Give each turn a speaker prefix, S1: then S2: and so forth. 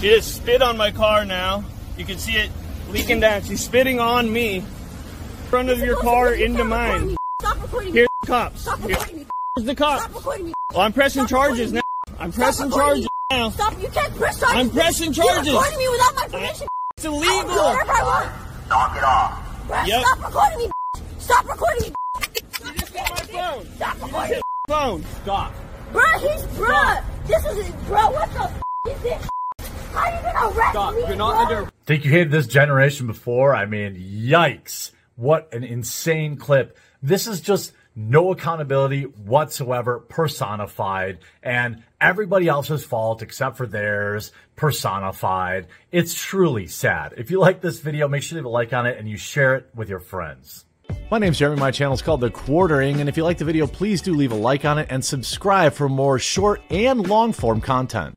S1: She just spit on my car now. You can see it leaking down. She's spitting on me. In front of your car into mine.
S2: Stop recording me.
S1: Here's the cops.
S2: Stop recording me.
S1: Here's the
S2: Stop
S1: cops.
S2: recording me.
S1: Well, I'm pressing
S2: Stop recording
S1: charges
S2: me.
S1: now. I'm pressing
S2: recording
S1: charges
S2: me.
S1: now.
S2: Stop. You can't press charges.
S1: I'm pressing
S2: You're
S1: charges.
S2: recording me without my permission.
S1: It's
S2: I can do
S1: illegal.
S2: whatever I want. Knock it
S1: Yep.
S2: off. Stop recording me. Stop recording me.
S1: You just hit my phone.
S2: Stop recording me.
S1: Phone. Stop.
S2: Bruh, he's bruh. This is bruh. What the f- is this? How you gonna arrest me? bruh?
S3: Think you hated this generation before? I mean, yikes. What an insane clip. This is just no accountability whatsoever personified and everybody else's fault except for theirs personified. It's truly sad. If you like this video, make sure you leave a like on it and you share it with your friends. My name's Jeremy. My channel is called The Quartering. And if you like the video, please do leave a like on it and subscribe for more short and long form content.